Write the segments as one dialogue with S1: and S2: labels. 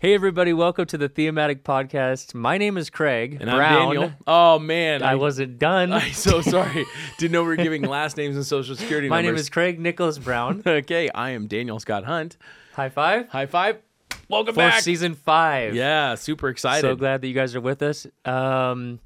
S1: Hey, everybody, welcome to the Thematic Podcast. My name is Craig
S2: And
S1: Brown.
S2: I'm Daniel. Oh man,
S1: I wasn't done.
S2: I'm so sorry. Didn't know we were giving last names and social security
S1: My name
S2: numbers.
S1: is Craig Nicholas Brown.
S2: Okay, I am Daniel Scott Hunt.
S1: High five
S2: High five. Welcome
S1: for
S2: back.
S1: season five.
S2: Yeah, super excited.
S1: So glad that you guys are with us. Um,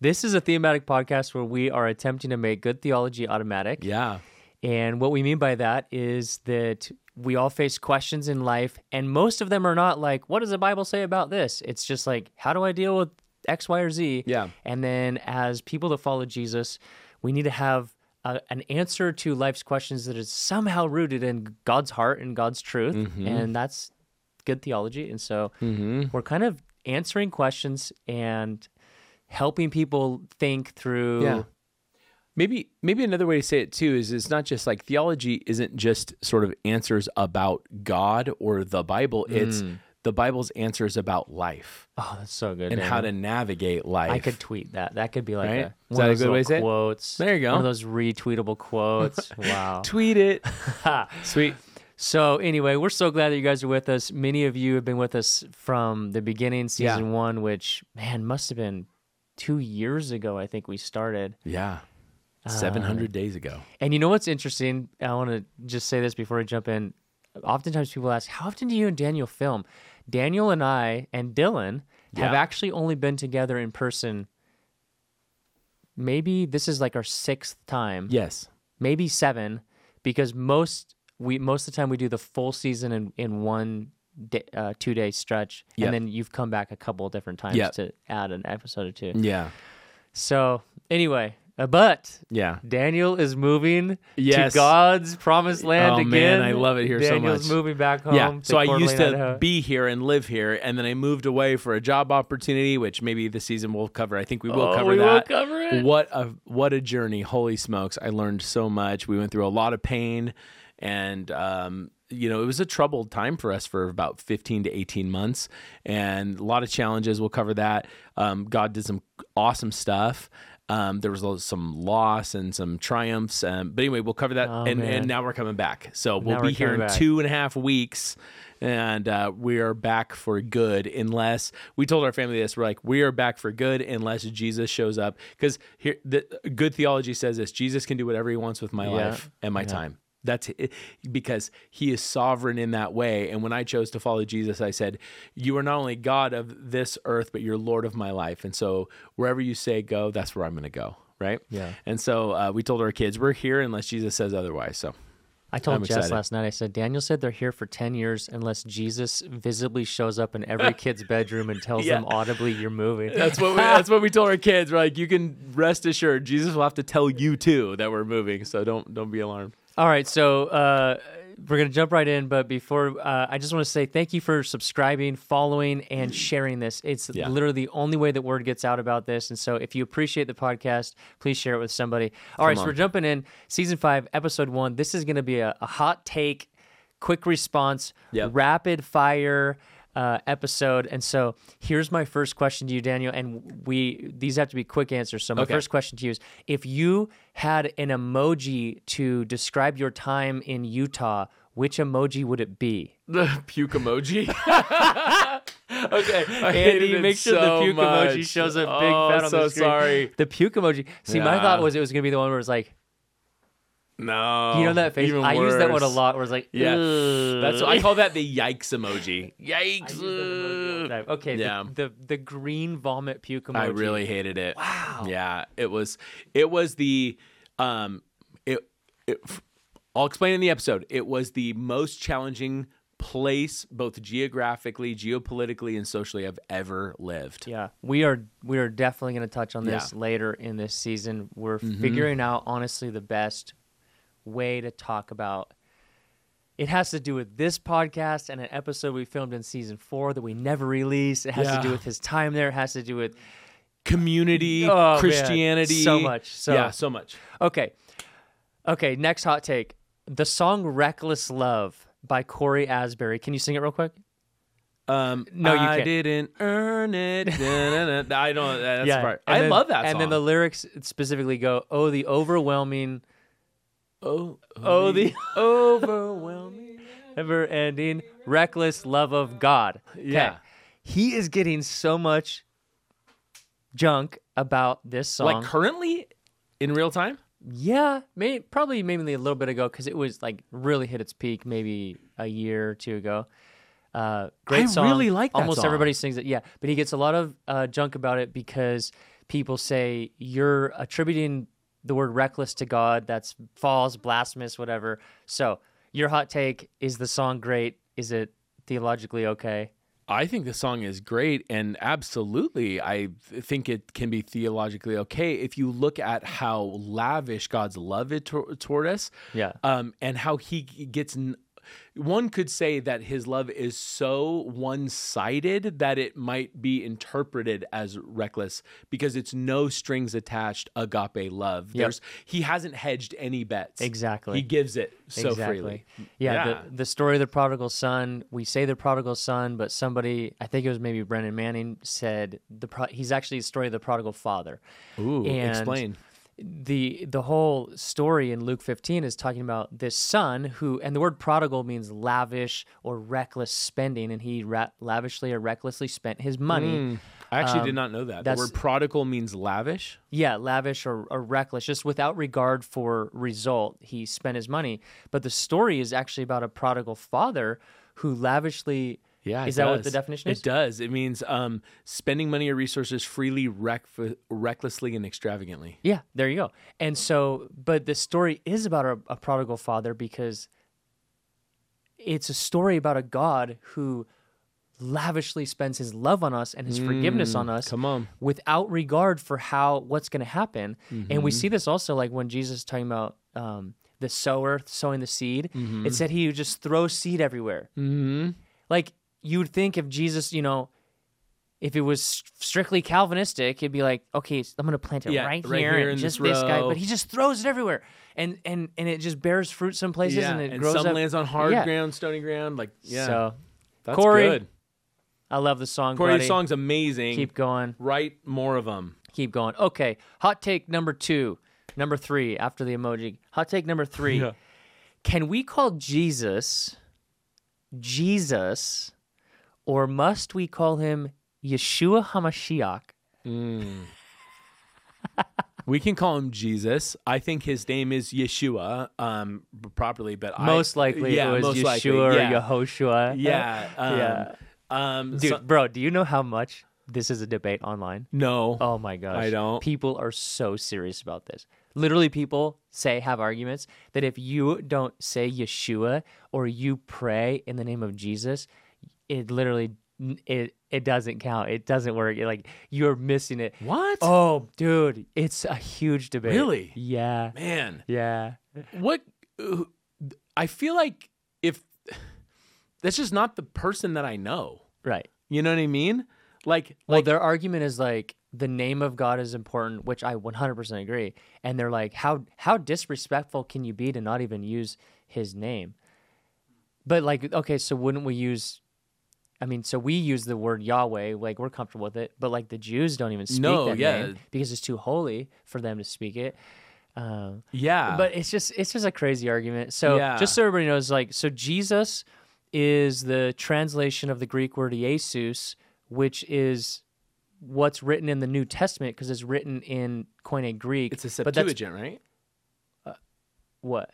S1: this is a thematic podcast where we are attempting to make good theology automatic.
S2: Yeah.
S1: And what we mean by that is that we all face questions in life, and most of them are not like, what does the Bible say about this? It's just like, how do I deal with X, Y, or Z?
S2: Yeah.
S1: And then as people that follow Jesus, we need to have a, an answer to life's questions that is somehow rooted in God's heart and God's truth.
S2: Mm-hmm.
S1: And that's good theology. And so we're kind of answering questions and helping people think through.
S2: Yeah. Maybe maybe another way to say it too is it's not just like theology isn't just sort of answers about God or the Bible. It's the Bible's answers about life
S1: Oh, that's so good.
S2: and
S1: man.
S2: how to navigate life.
S1: I could tweet that. That could be like
S2: Right?
S1: a, one
S2: Is that
S1: of
S2: a
S1: those
S2: good
S1: little
S2: way to say it?
S1: quotes.
S2: There you
S1: One of
S2: go.
S1: those retweetable quotes. wow.
S2: tweet it. Sweet.
S1: So anyway, we're so glad that you guys are with us. Many of you have been with us from the beginning, season one, which man must have been two years ago. I think we started.
S2: Yeah. Uh. 700 days ago.
S1: And you know what's interesting? I want to just say this before I jump in. Oftentimes people ask, "How often do you and Daniel film?" Daniel and I and Dylan have
S2: Yeah.
S1: actually only been together in person. Maybe this is like our sixth time.
S2: Yes.
S1: maybe seven, because most we most of the time we do the full season in in one day, uh, two day stretch,
S2: Yep.
S1: and then you've come back a couple different times
S2: Yep.
S1: to add an episode or two.
S2: Yeah.
S1: So anyway, uh, but
S2: Yeah.
S1: Daniel is moving
S2: Yes.
S1: to God's promised land
S2: Oh,
S1: again.
S2: man, I love it here so
S1: Daniel's
S2: much.
S1: moving back home.
S2: Yeah.
S1: to
S2: So I
S1: Coeur
S2: used to
S1: d'Alene, Idaho.
S2: be here and live here, and then I moved away for a job opportunity, which maybe this season we'll cover. I think we will
S1: Oh,
S2: cover
S1: we will
S2: that.
S1: cover it.
S2: What a what a journey! Holy smokes! I learned so much. We went through a lot of pain, and um, you know it was a troubled time for us for about fifteen to eighteen months, and a lot of challenges. We'll cover that. Um, God did some awesome stuff. Um, there was lo- some loss and some triumphs, um, but anyway, we'll cover that. and, and now we're coming back, so we'll
S1: Oh, Now we're
S2: be here in
S1: coming back.
S2: two and a half weeks, and uh, we are back for good. Unless we told our family this, we're like, we are back for good unless Jesus shows up. Because here, the good theology says this: Jesus can do whatever he wants with my life and my time. That's it, because he is sovereign in that way. And when I chose to follow Jesus, I said, You are not only God of this earth, but you're Lord of my life. And so wherever you say go, that's where I'm going to go. Right?
S1: Yeah.
S2: And so uh, we told our kids, We're here unless Jesus says otherwise. So
S1: I told
S2: I'm
S1: Jess
S2: excited.
S1: last night. I said Daniel said they're here for ten years unless Jesus visibly shows up in every kid's bedroom and tells
S2: Yeah.
S1: them audibly you're moving.
S2: That's what we, that's what we told our kids. We're like, you can rest assured, Jesus will have to tell you too that we're moving. So don't don't be alarmed.
S1: All right, so uh, we're gonna jump right in, but before uh, I just want to say thank you for subscribing, following, and sharing this. It's
S2: Yeah.
S1: literally the only way that word gets out about this, and so if you appreciate the podcast, please share it with somebody. All right, so
S2: on.
S1: we're jumping in season five, episode one. This is gonna be a, a hot take, quick response,
S2: Yep.
S1: rapid fire. Uh, episode and so here's my first question to you daniel and we these have to be quick answers so my
S2: Okay.
S1: first question to you is if you had an emoji to describe your time in Utah, which emoji would it be?
S2: The puke emoji. okay, I
S1: Andy,
S2: hated it
S1: make sure
S2: so
S1: the puke emoji
S2: much.
S1: shows a big
S2: oh,
S1: fat on
S2: so
S1: the screen.
S2: sorry.
S1: The puke emoji. See, my
S2: Yeah.
S1: thought was it was gonna be the one where it's like,
S2: No,
S1: you know that face.
S2: Oh, Even
S1: I use that one a
S2: worse.
S1: lot. Where it's like,
S2: Yeah,
S1: "Ugh."
S2: that's what I call that the yikes emoji. Yikes!
S1: Okay.
S2: Yeah.
S1: The, the the green vomit puke emoji.
S2: I really hated it. Wow. Yeah, it was it was the um it, it I'll explain in the episode. It was the most challenging place both geographically, geopolitically and socially I've ever lived.
S1: Yeah, we are we are definitely going to touch on this
S2: Yeah. Mm-hmm.
S1: later in this season. We're figuring out honestly the best way to talk about. It has to do with this podcast and an episode we filmed in season four that we never released. It has to do
S2: Yeah.
S1: with his time there. It has to do with
S2: Community,
S1: Oh, man.
S2: Christianity.
S1: So much. So-
S2: Yeah, so much.
S1: okay, okay. Next hot take: the song "Reckless Love" by Corey Asbury. Can you sing it real quick?
S2: Um
S1: No, you
S2: I
S1: can't.
S2: didn't earn it. Na-na-na. I don't that's the part.
S1: And
S2: I
S1: then-
S2: love that song.
S1: And then the lyrics specifically go, "Oh, the overwhelming."
S2: oh,
S1: Oh, the
S2: overwhelming
S1: never ending reckless love of God. 'Kay.
S2: Yeah.
S1: He is getting so much junk about this song.
S2: Like currently in real time?
S1: yeah, may, probably mainly a little bit ago because it was like really hit its peak maybe a year or two ago. Uh, great
S2: I
S1: song.
S2: really like that
S1: Almost
S2: song.
S1: everybody sings it. Yeah, but he gets a lot of uh, junk about it because people say you're attributing the word reckless to God. That's false, blasphemous, whatever. So your hot take is the song great? Is it theologically okay?
S2: I think the song is great, and absolutely, I th- think it can be theologically okay if you look at how lavish God's love is to- toward us,
S1: Yeah.
S2: um, and how He g- gets. N- one could say that His love is so one-sided that it might be interpreted as reckless because it's no strings attached agape love. There's He hasn't hedged any bets.
S1: Exactly.
S2: He gives it so freely.
S1: Yeah,
S2: Yeah.
S1: The, the story of the prodigal son. We say the prodigal son, but somebody, I think it was maybe Brendan Manning, said the pro- he's actually the story of the prodigal father.
S2: Ooh,
S1: And
S2: explain.
S1: The the whole story in Luke 15 is talking about this son who, and the word prodigal means lavish or reckless spending, and he ra- lavishly or recklessly spent his money.
S2: Hmm. I actually did not know that. The
S1: um, that's-
S2: word prodigal means lavish.
S1: yeah, lavish or, or reckless, just without regard for result, he spent his money. But the story is actually about a prodigal father who lavishly.
S2: Yeah, it
S1: is that what the
S2: does.
S1: definition is?
S2: It does. It means um, spending money or resources freely, rec- recklessly, and extravagantly.
S1: Yeah, there you go. And so, but the story is about a, a prodigal father because it's a story about a God who lavishly spends his love on us and his forgiveness on us.
S2: Come on.
S1: without regard for how what's going to happen. And
S2: Mm-hmm.
S1: we see this also like when Jesus is talking about um, the sower sowing the seed.
S2: Mm-hmm.
S1: It said he would just throw seed everywhere. Mm-hmm. Like you would think if Jesus, you know, if it was st- strictly Calvinistic, it'd be like, okay, s- I'm going to plant it
S2: Yeah,
S1: right,
S2: right
S1: here,
S2: here in
S1: and
S2: this
S1: just this guy.
S2: row.
S1: But he just throws it everywhere, and and and it just bears fruit some places,
S2: Yeah,
S1: and it
S2: and
S1: grows
S2: some
S1: up.
S2: lands on hard
S1: Yeah.
S2: ground, stony ground. Like, yeah,
S1: So
S2: that's
S1: Corey,
S2: good.
S1: I love the song.
S2: Corey,
S1: buddy.
S2: this song's amazing.
S1: Keep going.
S2: Write more of them.
S1: keep going. Okay, hot take number two, number three after the emoji. Hot take number three.
S2: Yeah.
S1: Can we call Jesus Jesus, or must we call him Yeshua Hamashiach?
S2: We can call him Jesus. I think his name is Yeshua um, properly, but I-
S1: Most likely
S2: yeah,
S1: it was
S2: most
S1: Yeshua
S2: likely.
S1: or
S2: yeah.
S1: Yehoshua.
S2: Yeah, um,
S1: Yeah.
S2: um,
S1: Dude,
S2: so-
S1: bro, do you know how much this is a debate online?
S2: no.
S1: Oh my gosh.
S2: I don't.
S1: People are so serious about this. Literally, people say, have arguments that if you don't say Yeshua or you pray in the name of Jesus, it literally it it doesn't count. It doesn't work. It, like you're missing it.
S2: What?
S1: Oh, dude, it's a huge debate.
S2: Really?
S1: Yeah.
S2: man.
S1: Yeah.
S2: what uh, I feel like if that's just not the person that I know.
S1: Right.
S2: You know what I mean? Like
S1: Well, their argument is like the name of God is important, which I 100% agree. And they're like, how how disrespectful can you be to not even use His name? But like, okay, so wouldn't we use? I mean, so we use the word Yahweh, like we're comfortable with it. But like the Jews don't even speak
S2: No,
S1: that
S2: yeah.
S1: name because it's too holy for them to speak it. Um,
S2: yeah,
S1: but it's just it's just a crazy argument. So
S2: Uh, Yeah.
S1: just so everybody knows, like, so Jesus is the translation of the Greek word Jesus, which is what's written in the New Testament because it's written in Koine Greek.
S2: it's a
S1: But that's
S2: Septuagint, right?
S1: what?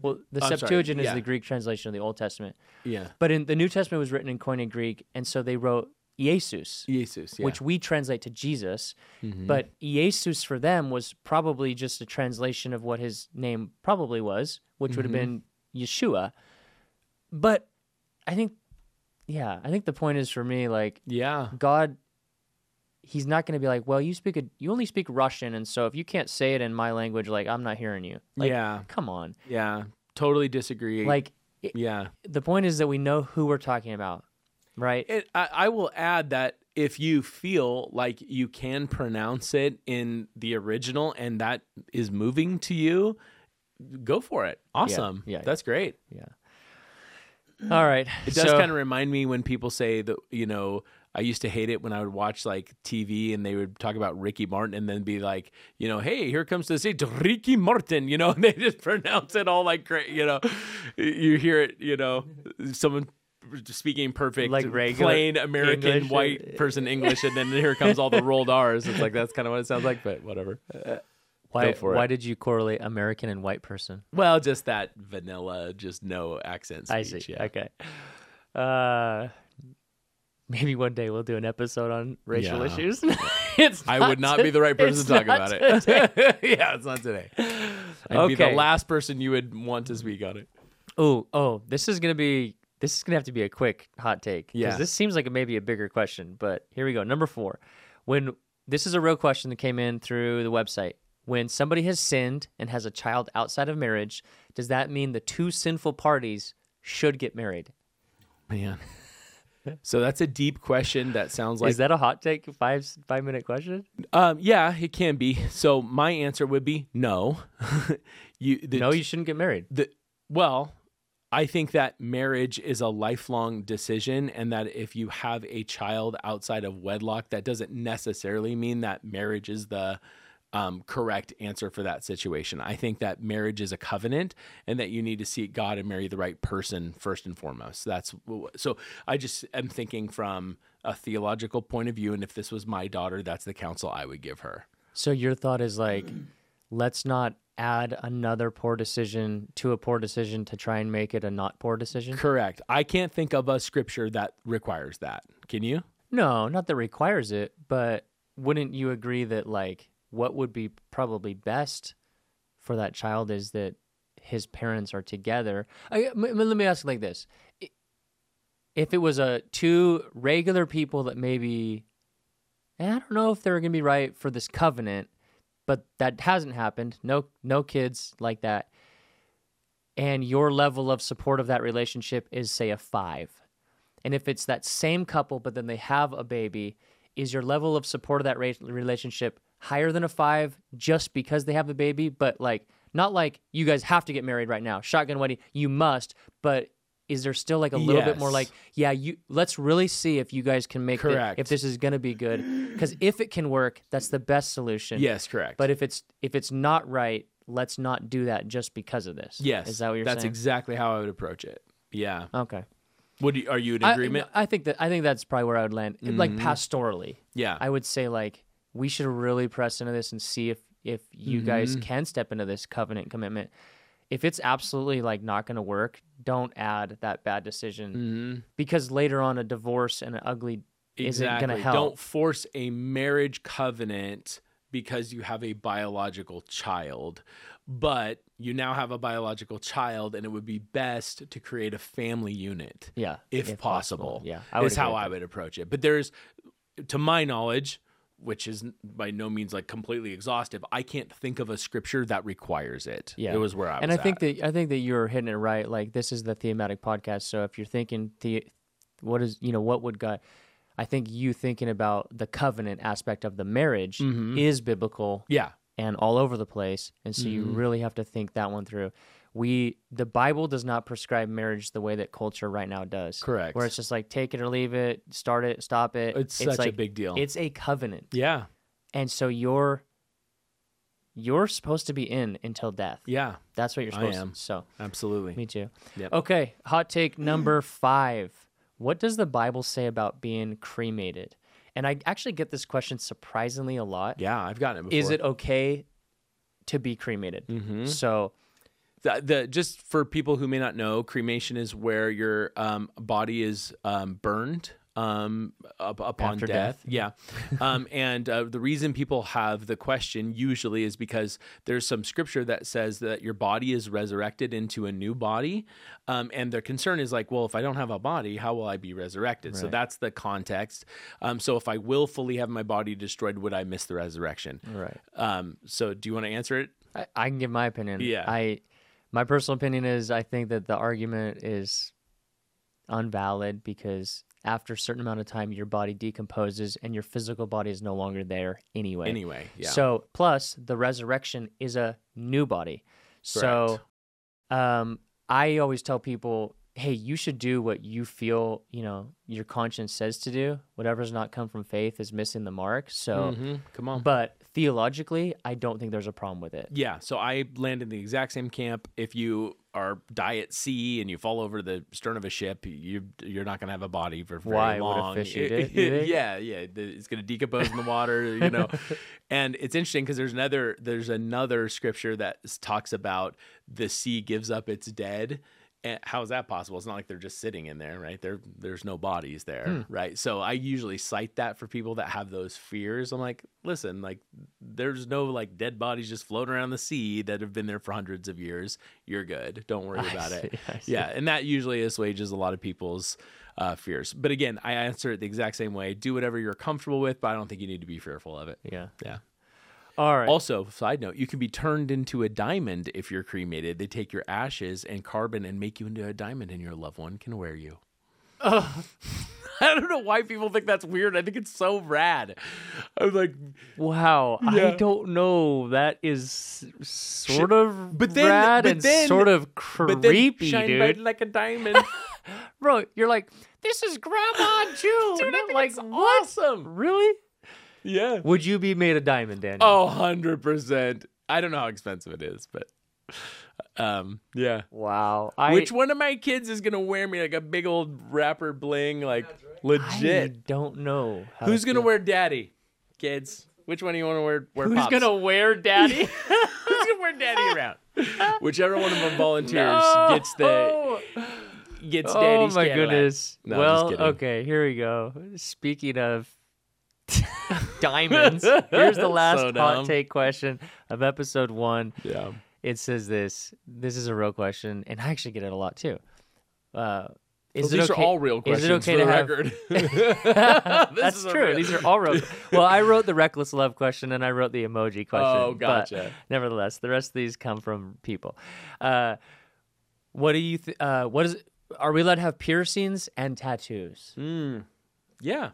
S1: Well, the
S2: Oh, I'm sorry,
S1: Septuagint is
S2: yeah.
S1: the Greek translation of the Old Testament,
S2: Yeah,
S1: but in the New Testament was written in Koine Greek, and so they wrote Jesus.
S2: Jesus. Yeah. Mm-hmm.
S1: which we translate to Jesus, but Jesus for them was probably just a translation of what his name probably was, which would have
S2: Mm-hmm.
S1: been Yeshua. But I think, yeah, I think the point is for me, like
S2: yeah,
S1: God, He's not going to be like, well, you speak, a, you only speak Russian, and so if you can't say it in my language, like I'm not hearing you. Like,
S2: yeah,
S1: come on,
S2: yeah. Totally disagree.
S1: like it,
S2: yeah.
S1: the point is that we know who we're talking about, right?
S2: And I, I will add that if you feel like you can pronounce it in the original and that is moving to you, go for it. Awesome.
S1: yeah, yeah.
S2: that's great.
S1: yeah. All right,
S2: It does kind of remind me when people say that you know I used to hate it when I would watch like TV and they would talk about Ricky Martin and then be like, you know, hey, here comes the seat, Ricky Martin, you know, and they just pronounce it all like great, you know, you hear it, you know, someone speaking perfect,
S1: Like regular
S2: plain American
S1: English.
S2: white person English, and then here comes all the rolled R's. It's like that's kind of what it sounds like, but whatever.
S1: Why,
S2: Go for
S1: why
S2: it.
S1: did you correlate American and white person?
S2: Well, just that vanilla, just no accent. Speech,
S1: I see.
S2: Yeah.
S1: Okay. Uh, maybe one day we'll do an episode on racial
S2: Yeah.
S1: issues. it's
S2: I would not be the right person
S1: it's
S2: to talk
S1: not
S2: about
S1: today.
S2: it. yeah, it's not today. I'd be the
S1: Okay.
S2: last person you would want to speak on it.
S1: Oh, oh, this is gonna be this is gonna have to be a quick hot take. 'cause
S2: Yeah.
S1: This seems like it may be a bigger question, but here we go. Number four. When this is a real question that came in through the website. When somebody has sinned and has a child outside of marriage, does that mean the two sinful parties should get married?
S2: Man. So that's a deep question that sounds like
S1: is that a hot take five five minute question?
S2: um yeah, it can be. So my answer would be no. you the,
S1: No, you shouldn't get married.
S2: the well i think that marriage is a lifelong decision and that if you have a child outside of wedlock that doesn't necessarily mean that marriage is the um, correct answer for that situation i think that marriage is a covenant and that you need to seek god and marry the right person first and foremost that's so i just am thinking from a theological point of view and if this was my daughter that's the counsel i would give her
S1: So your thought is like, let's not add another poor decision to a poor decision to try and make it a not poor decision.
S2: correct i can't think of a scripture that requires that can you
S1: No, not that requires it, but wouldn't you agree that like what would be probably best for that child is that his parents are together? I, m- m- let me ask it like this: I- If it was a two regular people that maybe, and I don't know if they're going to be right for this covenant, but that hasn't happened. No, no kids like that. And your level of support of that relationship is say a five. And if it's that same couple, but then they have a baby, is your level of support of that ra- relationship higher than a five just because they have a baby? But like, not like you guys have to get married right now, shotgun wedding, you must. But is there still like a little bit more
S2: Yes.
S1: like, yeah, you let's really see if you guys can make it-
S2: Correct.
S1: if this is going to be good, because if it can work, that's the best solution.
S2: yes correct
S1: But if it's if it's not right, let's not do that just because of this.
S2: Yes,
S1: Is that what you're
S2: that's
S1: saying? exactly
S2: exactly how I would approach it. Yeah.
S1: okay.
S2: Would you, are you in
S1: I-
S2: agreement? Mm-hmm.
S1: I, think that I think that's probably where I would land. Like pastorally,
S2: yeah.
S1: I would say like we should really press into this and see if if you guys
S2: Mm-hmm.
S1: can step into this covenant commitment. If it's absolutely like not going to work, don't add that bad decision
S2: Mm-hmm.
S1: because later on a divorce and an ugly isn't going to help.
S2: Don't force a marriage covenant because you have a biological child, but you now have a biological child, and it would be best to create a family unit.
S1: Yeah,
S2: if,
S1: if
S2: possible.
S1: possible. Yeah, I would
S2: is how
S1: agree with
S2: I would approach it. But there's, to my knowledge, which is by no means like completely exhaustive. I can't think of a scripture that requires it.
S1: Yeah,
S2: it was where I was.
S1: and I think
S2: at.
S1: that I think that you're hitting it right. Like this is the thematic podcast, so if you're thinking the, what is you know what would God, I think you thinking about the covenant aspect of the marriage
S2: Mm-hmm.
S1: is biblical
S2: yeah,
S1: and all over the place, and so
S2: Mm-hmm.
S1: you really have to think that one through. We the Bible does not prescribe marriage the way that culture right now does.
S2: Correct.
S1: Where it's just like take it or leave it, start it, stop it.
S2: It's such a
S1: like-
S2: big deal.
S1: It's a covenant
S2: yeah,
S1: and so you're you're supposed to be in until death.
S2: yeah.
S1: That's what you're
S2: I
S1: supposed
S2: am.
S1: to. So
S2: Absolutely.
S1: me too.
S2: Yep.
S1: Okay, hot take number five. What does the Bible say about being cremated? And I actually get this question surprisingly a lot.
S2: Yeah, I've gotten it Mm-hmm. before.
S1: Is it okay to be cremated? So
S2: the, the just for people who may not know, cremation is where your um, body is um, burned um, up, upon
S1: After
S2: death. Yeah, um, and uh, the reason people have the question usually is because there's some scripture that says that your body is resurrected into a new body, um, and their concern is like, well, if I don't have a body, how will I be resurrected? So that's the context. Um, so if I willfully have my body destroyed, would I miss the resurrection?
S1: Right.
S2: Um, so do you want to answer it?
S1: I, I can give my opinion.
S2: Yeah.
S1: I my personal opinion is I think that the argument is unvalid because after a certain amount of time your body decomposes and your physical body is no longer there anyway.
S2: Anyway, yeah.
S1: So plus the resurrection is a new body. So um I always tell people hey, you should do what you feel, you know, your conscience says to do. Whatever's not come from faith is missing the mark. So,
S2: Mm-hmm. Come on.
S1: but theologically, I don't think there's a problem with it.
S2: Yeah, so I land in the exact same camp. If you are diet C and you fall over the stern of a ship, you you're not gonna have a body for very
S1: Why? Would a
S2: long.
S1: fish eat it, you think?
S2: yeah, yeah, the- it's gonna decompose in the water, you know. and it's interesting because there's another there's another scripture that s- talks about the sea gives up its dead. And how is that possible? It's not like they're just sitting in there, right? There, there's no bodies there,
S1: Hmm.
S2: right? So I usually cite that for people that have those fears. I'm like, listen, like there's no like dead bodies just floating around the sea that have been there for hundreds of years. You're good. Don't worry about it.
S1: see, I see.
S2: Yeah, and that usually assuages a lot of people's uh, fears. But again, I answer it the exact same way. Do whatever you're comfortable with, but I don't think you need to be fearful of it.
S1: Yeah.
S2: Yeah.
S1: All right.
S2: Also, side note, you can be turned into a diamond if you're cremated. They take your ashes and carbon and make you into a diamond, and your loved one can wear you. I don't know why people think that's weird. I think it's so rad. I'm like,
S1: wow. I
S2: Yeah.
S1: don't know. That is s- sort of
S2: but then-
S1: rad
S2: but
S1: and
S2: then-
S1: sort of
S2: but then
S1: creepy,
S2: shine
S1: dude.
S2: bright like a diamond.
S1: Bro, you're like, this is Grandma June.
S2: Dude, I
S1: I'm
S2: think
S1: like,
S2: it's
S1: what?
S2: awesome.
S1: Really?
S2: Yeah.
S1: Would you be made a diamond, Daniel?
S2: Oh, 100%. I don't know how expensive it is, but um, yeah.
S1: wow. I,
S2: Which one of my kids is going to wear me like a big old rapper bling, like
S1: I
S2: legit?
S1: don't know. how
S2: Who's
S1: to
S2: going to
S1: feel.
S2: wear daddy? Kids. Which one do you want to wear? wear
S1: Who's
S2: pops?
S1: gonna wear daddy?
S2: Who's gonna wear daddy around? Whichever one of them volunteers gets the
S1: No.
S2: gets
S1: Oh
S2: daddy's
S1: my
S2: Cadillac.
S1: goodness.
S2: No, I'm just
S1: well,
S2: kidding.
S1: okay, here we go. Speaking of diamonds, here's the last
S2: So
S1: hot
S2: dumb.
S1: take question of episode one.
S2: Yeah.
S1: It says this. This is a real question, and I actually get it a lot too. Uh, is
S2: Well,
S1: it
S2: these
S1: okay?
S2: are all real questions
S1: Is it okay
S2: for the
S1: to have,
S2: record. This
S1: That's
S2: is a
S1: true.
S2: real-
S1: These are all real. well, I wrote the reckless love question and I wrote the emoji question.
S2: Oh,
S1: but
S2: gotcha.
S1: nevertheless, the rest of these come from people. Uh, what do you? Th- uh, what is? Are we allowed to have piercings and tattoos?
S2: Mm. yeah.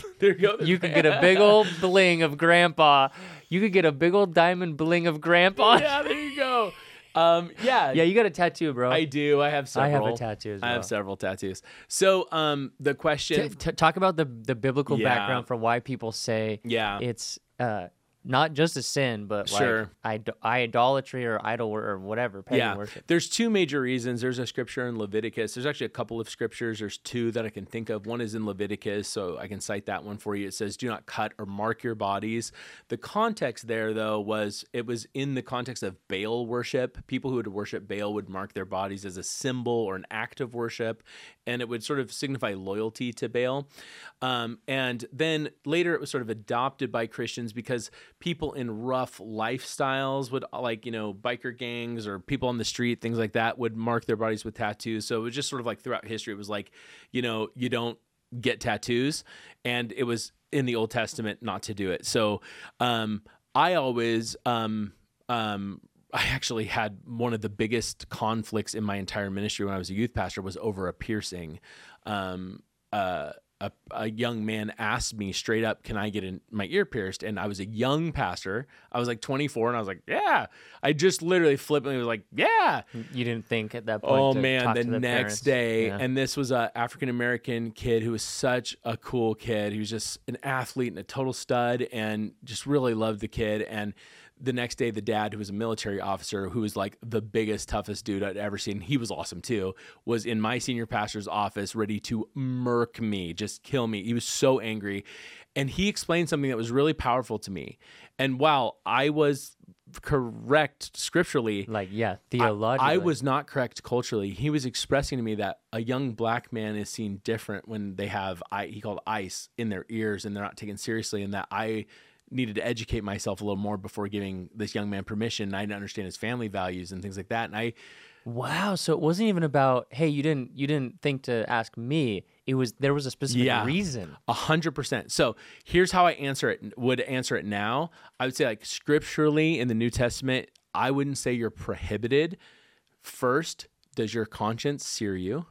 S2: there you go.
S1: You could get a big old bling of grandpa. You could get a big old diamond bling of grandpa. Yeah,
S2: yeah, there you go. Um, yeah,
S1: you got a tattoo, bro.
S2: I do. I have
S1: I
S2: several.
S1: have a tattoo as
S2: I
S1: well.
S2: have several tattoos. So, um, the
S1: T-
S2: question.
S1: t- talk about the the biblical
S2: Yeah.
S1: background for why people say
S2: Yeah.
S1: it's uh not just a sin but like
S2: Sure.
S1: Id- idolatry or idol wor- or whatever pagan
S2: yeah,
S1: worship
S2: there's two major reasons. There's a scripture in Leviticus. There's actually a couple of scriptures. There's two that I can think of. One is in Leviticus, so I can cite that one for you. It says, "Do not cut or mark your bodies." The context there, though, was it was in the context of Baal worship. People who would worship Baal would mark their bodies as a symbol or an act of worship, and it would sort of signify loyalty to Baal. Um, and then later, it was sort of adopted by Christians because people in rough lifestyles would like you know biker gangs or people on the street things like that would mark their bodies with tattoos so it was just sort of like throughout history it was like you know you don't get tattoos and it was in the old testament not to do it so um i always um um I actually had one of the biggest conflicts in my entire ministry when I was a youth pastor was over a piercing. Um, uh, a, a young man asked me straight up, "Can I get in, my ear pierced?" And I was a young pastor. I was like 24, and I was like, "Yeah." I just literally flippantly was like, "Yeah."
S1: you didn't think at that point
S2: Oh
S1: to
S2: man,
S1: talk
S2: the,
S1: to the
S2: next
S1: parents.
S2: day,
S1: Yeah.
S2: and this was a African American kid who was such a cool kid. He was just an athlete and a total stud, and just really loved the kid. And the next day, the dad, who was a military officer, who was like the biggest, toughest dude I'd ever seen, he was awesome too. Was in my senior pastor's office, ready to murk me, just kill me. He was so angry, and he explained something that was really powerful to me. And while I was correct scripturally,
S1: like yeah theologically
S2: I was not correct culturally. He was expressing to me that a young black man is seen different when they have I, he called ice in their ears and they're not taken seriously, and that I needed to educate myself a little more before giving this young man permission. I didn't understand his family values and things like that, and I
S1: wow so it wasn't even about hey you didn't you didn't think to ask me it was there was a specific
S2: Yeah.
S1: reason
S2: A hundred percent. So here's how I answer it. Would answer it now? I would say like scripturally in the New Testament, I wouldn't say you're prohibited. First, does your conscience sear you?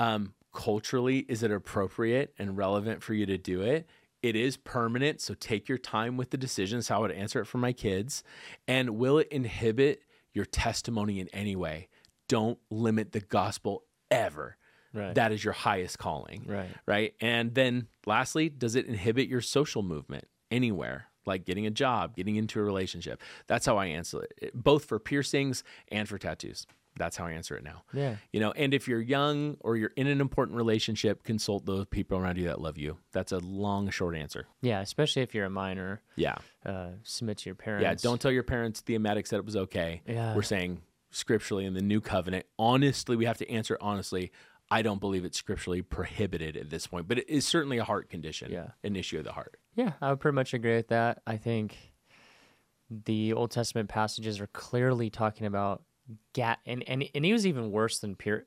S2: Um, culturally, is it appropriate and relevant for you to do it? It is permanent, so take your time with the decisions. How I would answer it for my kids, and will it inhibit your testimony in any way? don't limit the gospel ever.
S1: Right.
S2: That is your highest calling.
S1: Right.
S2: Right. And then lastly, does it inhibit your social movement anywhere? Like getting a job, getting into a relationship. That's how I answer it, it- both for piercings and for tattoos. That's how I answer it now.
S1: Yeah.
S2: You know, and if you're young or you're in an important relationship, consult those people around you that love you. That's a long, short answer.
S1: Yeah, especially if you're a minor,
S2: Yeah.
S1: uh, submit to your parents.
S2: Yeah, don't tell your parents thematics that it was okay.
S1: Yeah.
S2: We're saying scripturally in the new covenant, honestly, we have to answer honestly. I don't believe it's scripturally prohibited at this point, but it is certainly a heart condition,
S1: Yeah.
S2: an issue of the heart.
S1: Yeah, I would pretty much agree with that. I think the Old Testament passages are clearly talking about gat, and and and he was even worse than pier.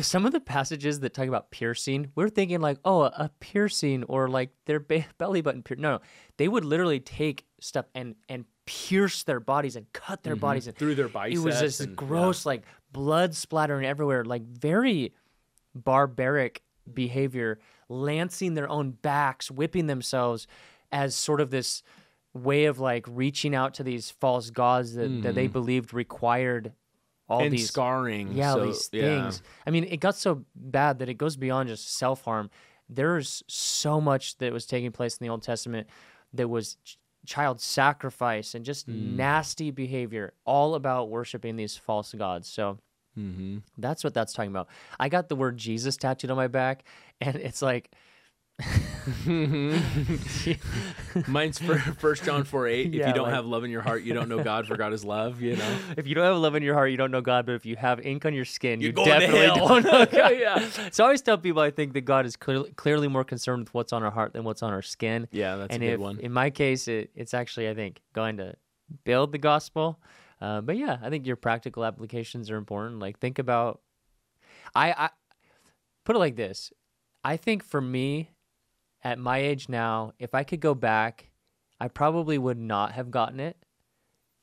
S1: Some of the passages that talk about piercing, we're thinking like, oh, a piercing or like their ba- belly button. Pier- no, no, they would literally take stuff and and pierce their bodies and cut their bodies and
S2: Mm-hmm. Through their
S1: It was
S2: biceps
S1: just
S2: and-
S1: gross, like blood splattering everywhere, like very barbaric behavior, lancing their own backs, whipping themselves as sort of this way of like reaching out to these false gods that, that they believed required all
S2: Mm-hmm. and
S1: these
S2: scarring.
S1: yeah
S2: so-
S1: these
S2: yeah.
S1: things. I mean, it got so bad that it goes beyond just self harm. There's so much that was taking place in the Old Testament that was ch- child sacrifice and just
S2: Mm.
S1: nasty behavior, all about worshiping these false gods. So
S2: Mm-hmm.
S1: that's what that's talking about. I got the word Jesus tattooed on my back, and it's like,
S2: Mine's for First John 4 8. If
S1: Yeah,
S2: you don't
S1: like-
S2: have love in your heart, you don't know God, for God is love, you know?
S1: if you don't have love in your heart, you don't know God. But if you have ink on your skin, you
S2: You're going to
S1: definitely
S2: hell.
S1: don't know God.
S2: yeah.
S1: So I always tell people I think that God is clearly, clearly more concerned with what's on our heart than what's on our skin.
S2: Yeah, that's
S1: and
S2: a good
S1: if-
S2: one.
S1: In my case, it, it's actually I think going to build the gospel. Uh, but yeah, I think your practical applications are important. Like think about, I, I put it like this. I think for me, at my age now, if I could go back, I probably would not have gotten it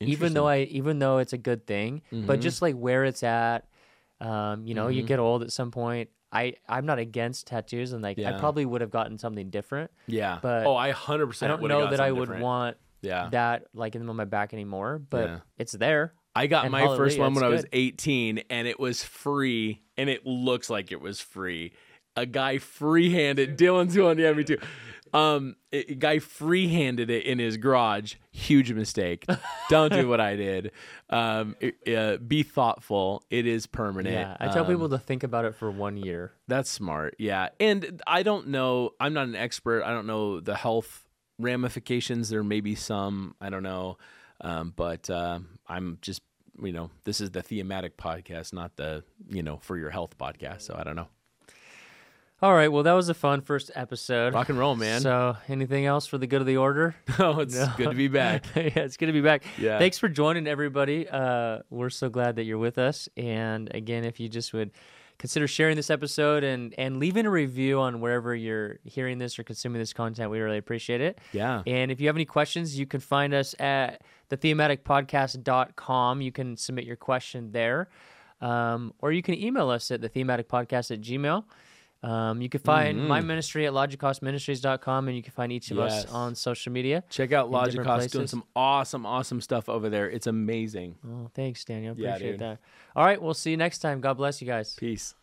S1: even though I even though it's a good thing,
S2: Mm-hmm.
S1: but just like where it's at, um, you know, you get old at some point. I I'm not against tattoos, and like I
S2: Yeah.
S1: probably would have gotten something different.
S2: Yeah.
S1: but
S2: oh, I 100%
S1: I don't
S2: would've
S1: know
S2: got
S1: that I
S2: something
S1: would
S2: different.
S1: want
S2: Yeah.
S1: that like in on my back anymore, but
S2: Yeah.
S1: it's there.
S2: I got
S1: And
S2: my first
S1: hallelujah,
S2: one when I
S1: it's
S2: was
S1: good.
S2: 18 and it was free and it looks like it was free. A guy free-handed Dylan's one, yeah, me too. Um, a a guy free-handed it in his garage. Huge mistake. Don't do what I did. Um, it- uh, be thoughtful. It is permanent.
S1: Yeah, I tell
S2: Um,
S1: people to think about it for one year.
S2: that's smart. Yeah. And I don't know, I'm not an expert. I don't know the health ramifications. There may be some, I don't know. Um, but uh, I'm just, you know, this is the thematic podcast, not the, you know, for your health podcast. So I don't know.
S1: All right, well that was a fun first episode.
S2: Rock and roll, man.
S1: So, anything else for the good of the order?
S2: oh, it's good to be back.
S1: yeah, it's good to be back.
S2: Yeah.
S1: Thanks for joining, everybody. Uh, we're so glad that you're with us. And again, if you just would consider sharing this episode and and leaving a review on wherever you're hearing this or consuming this content, we really appreciate it.
S2: Yeah.
S1: And if you have any questions, you can find us at thethematicpodcast.com. You can submit your question there. Um, or you can email us at thethematicpodcast at gmail. Um, you can find
S2: Mm-hmm.
S1: my ministry at logicostministries.com and you can find each of us
S2: Yes.
S1: on social media.
S2: Check out
S1: In different
S2: Logicos doing
S1: places.
S2: some awesome, awesome stuff over there. It's amazing.
S1: Oh, thanks, Daniel.
S2: Yeah,
S1: Appreciate
S2: dude.
S1: that. All right, we'll see you next time. God bless you guys.
S2: Peace.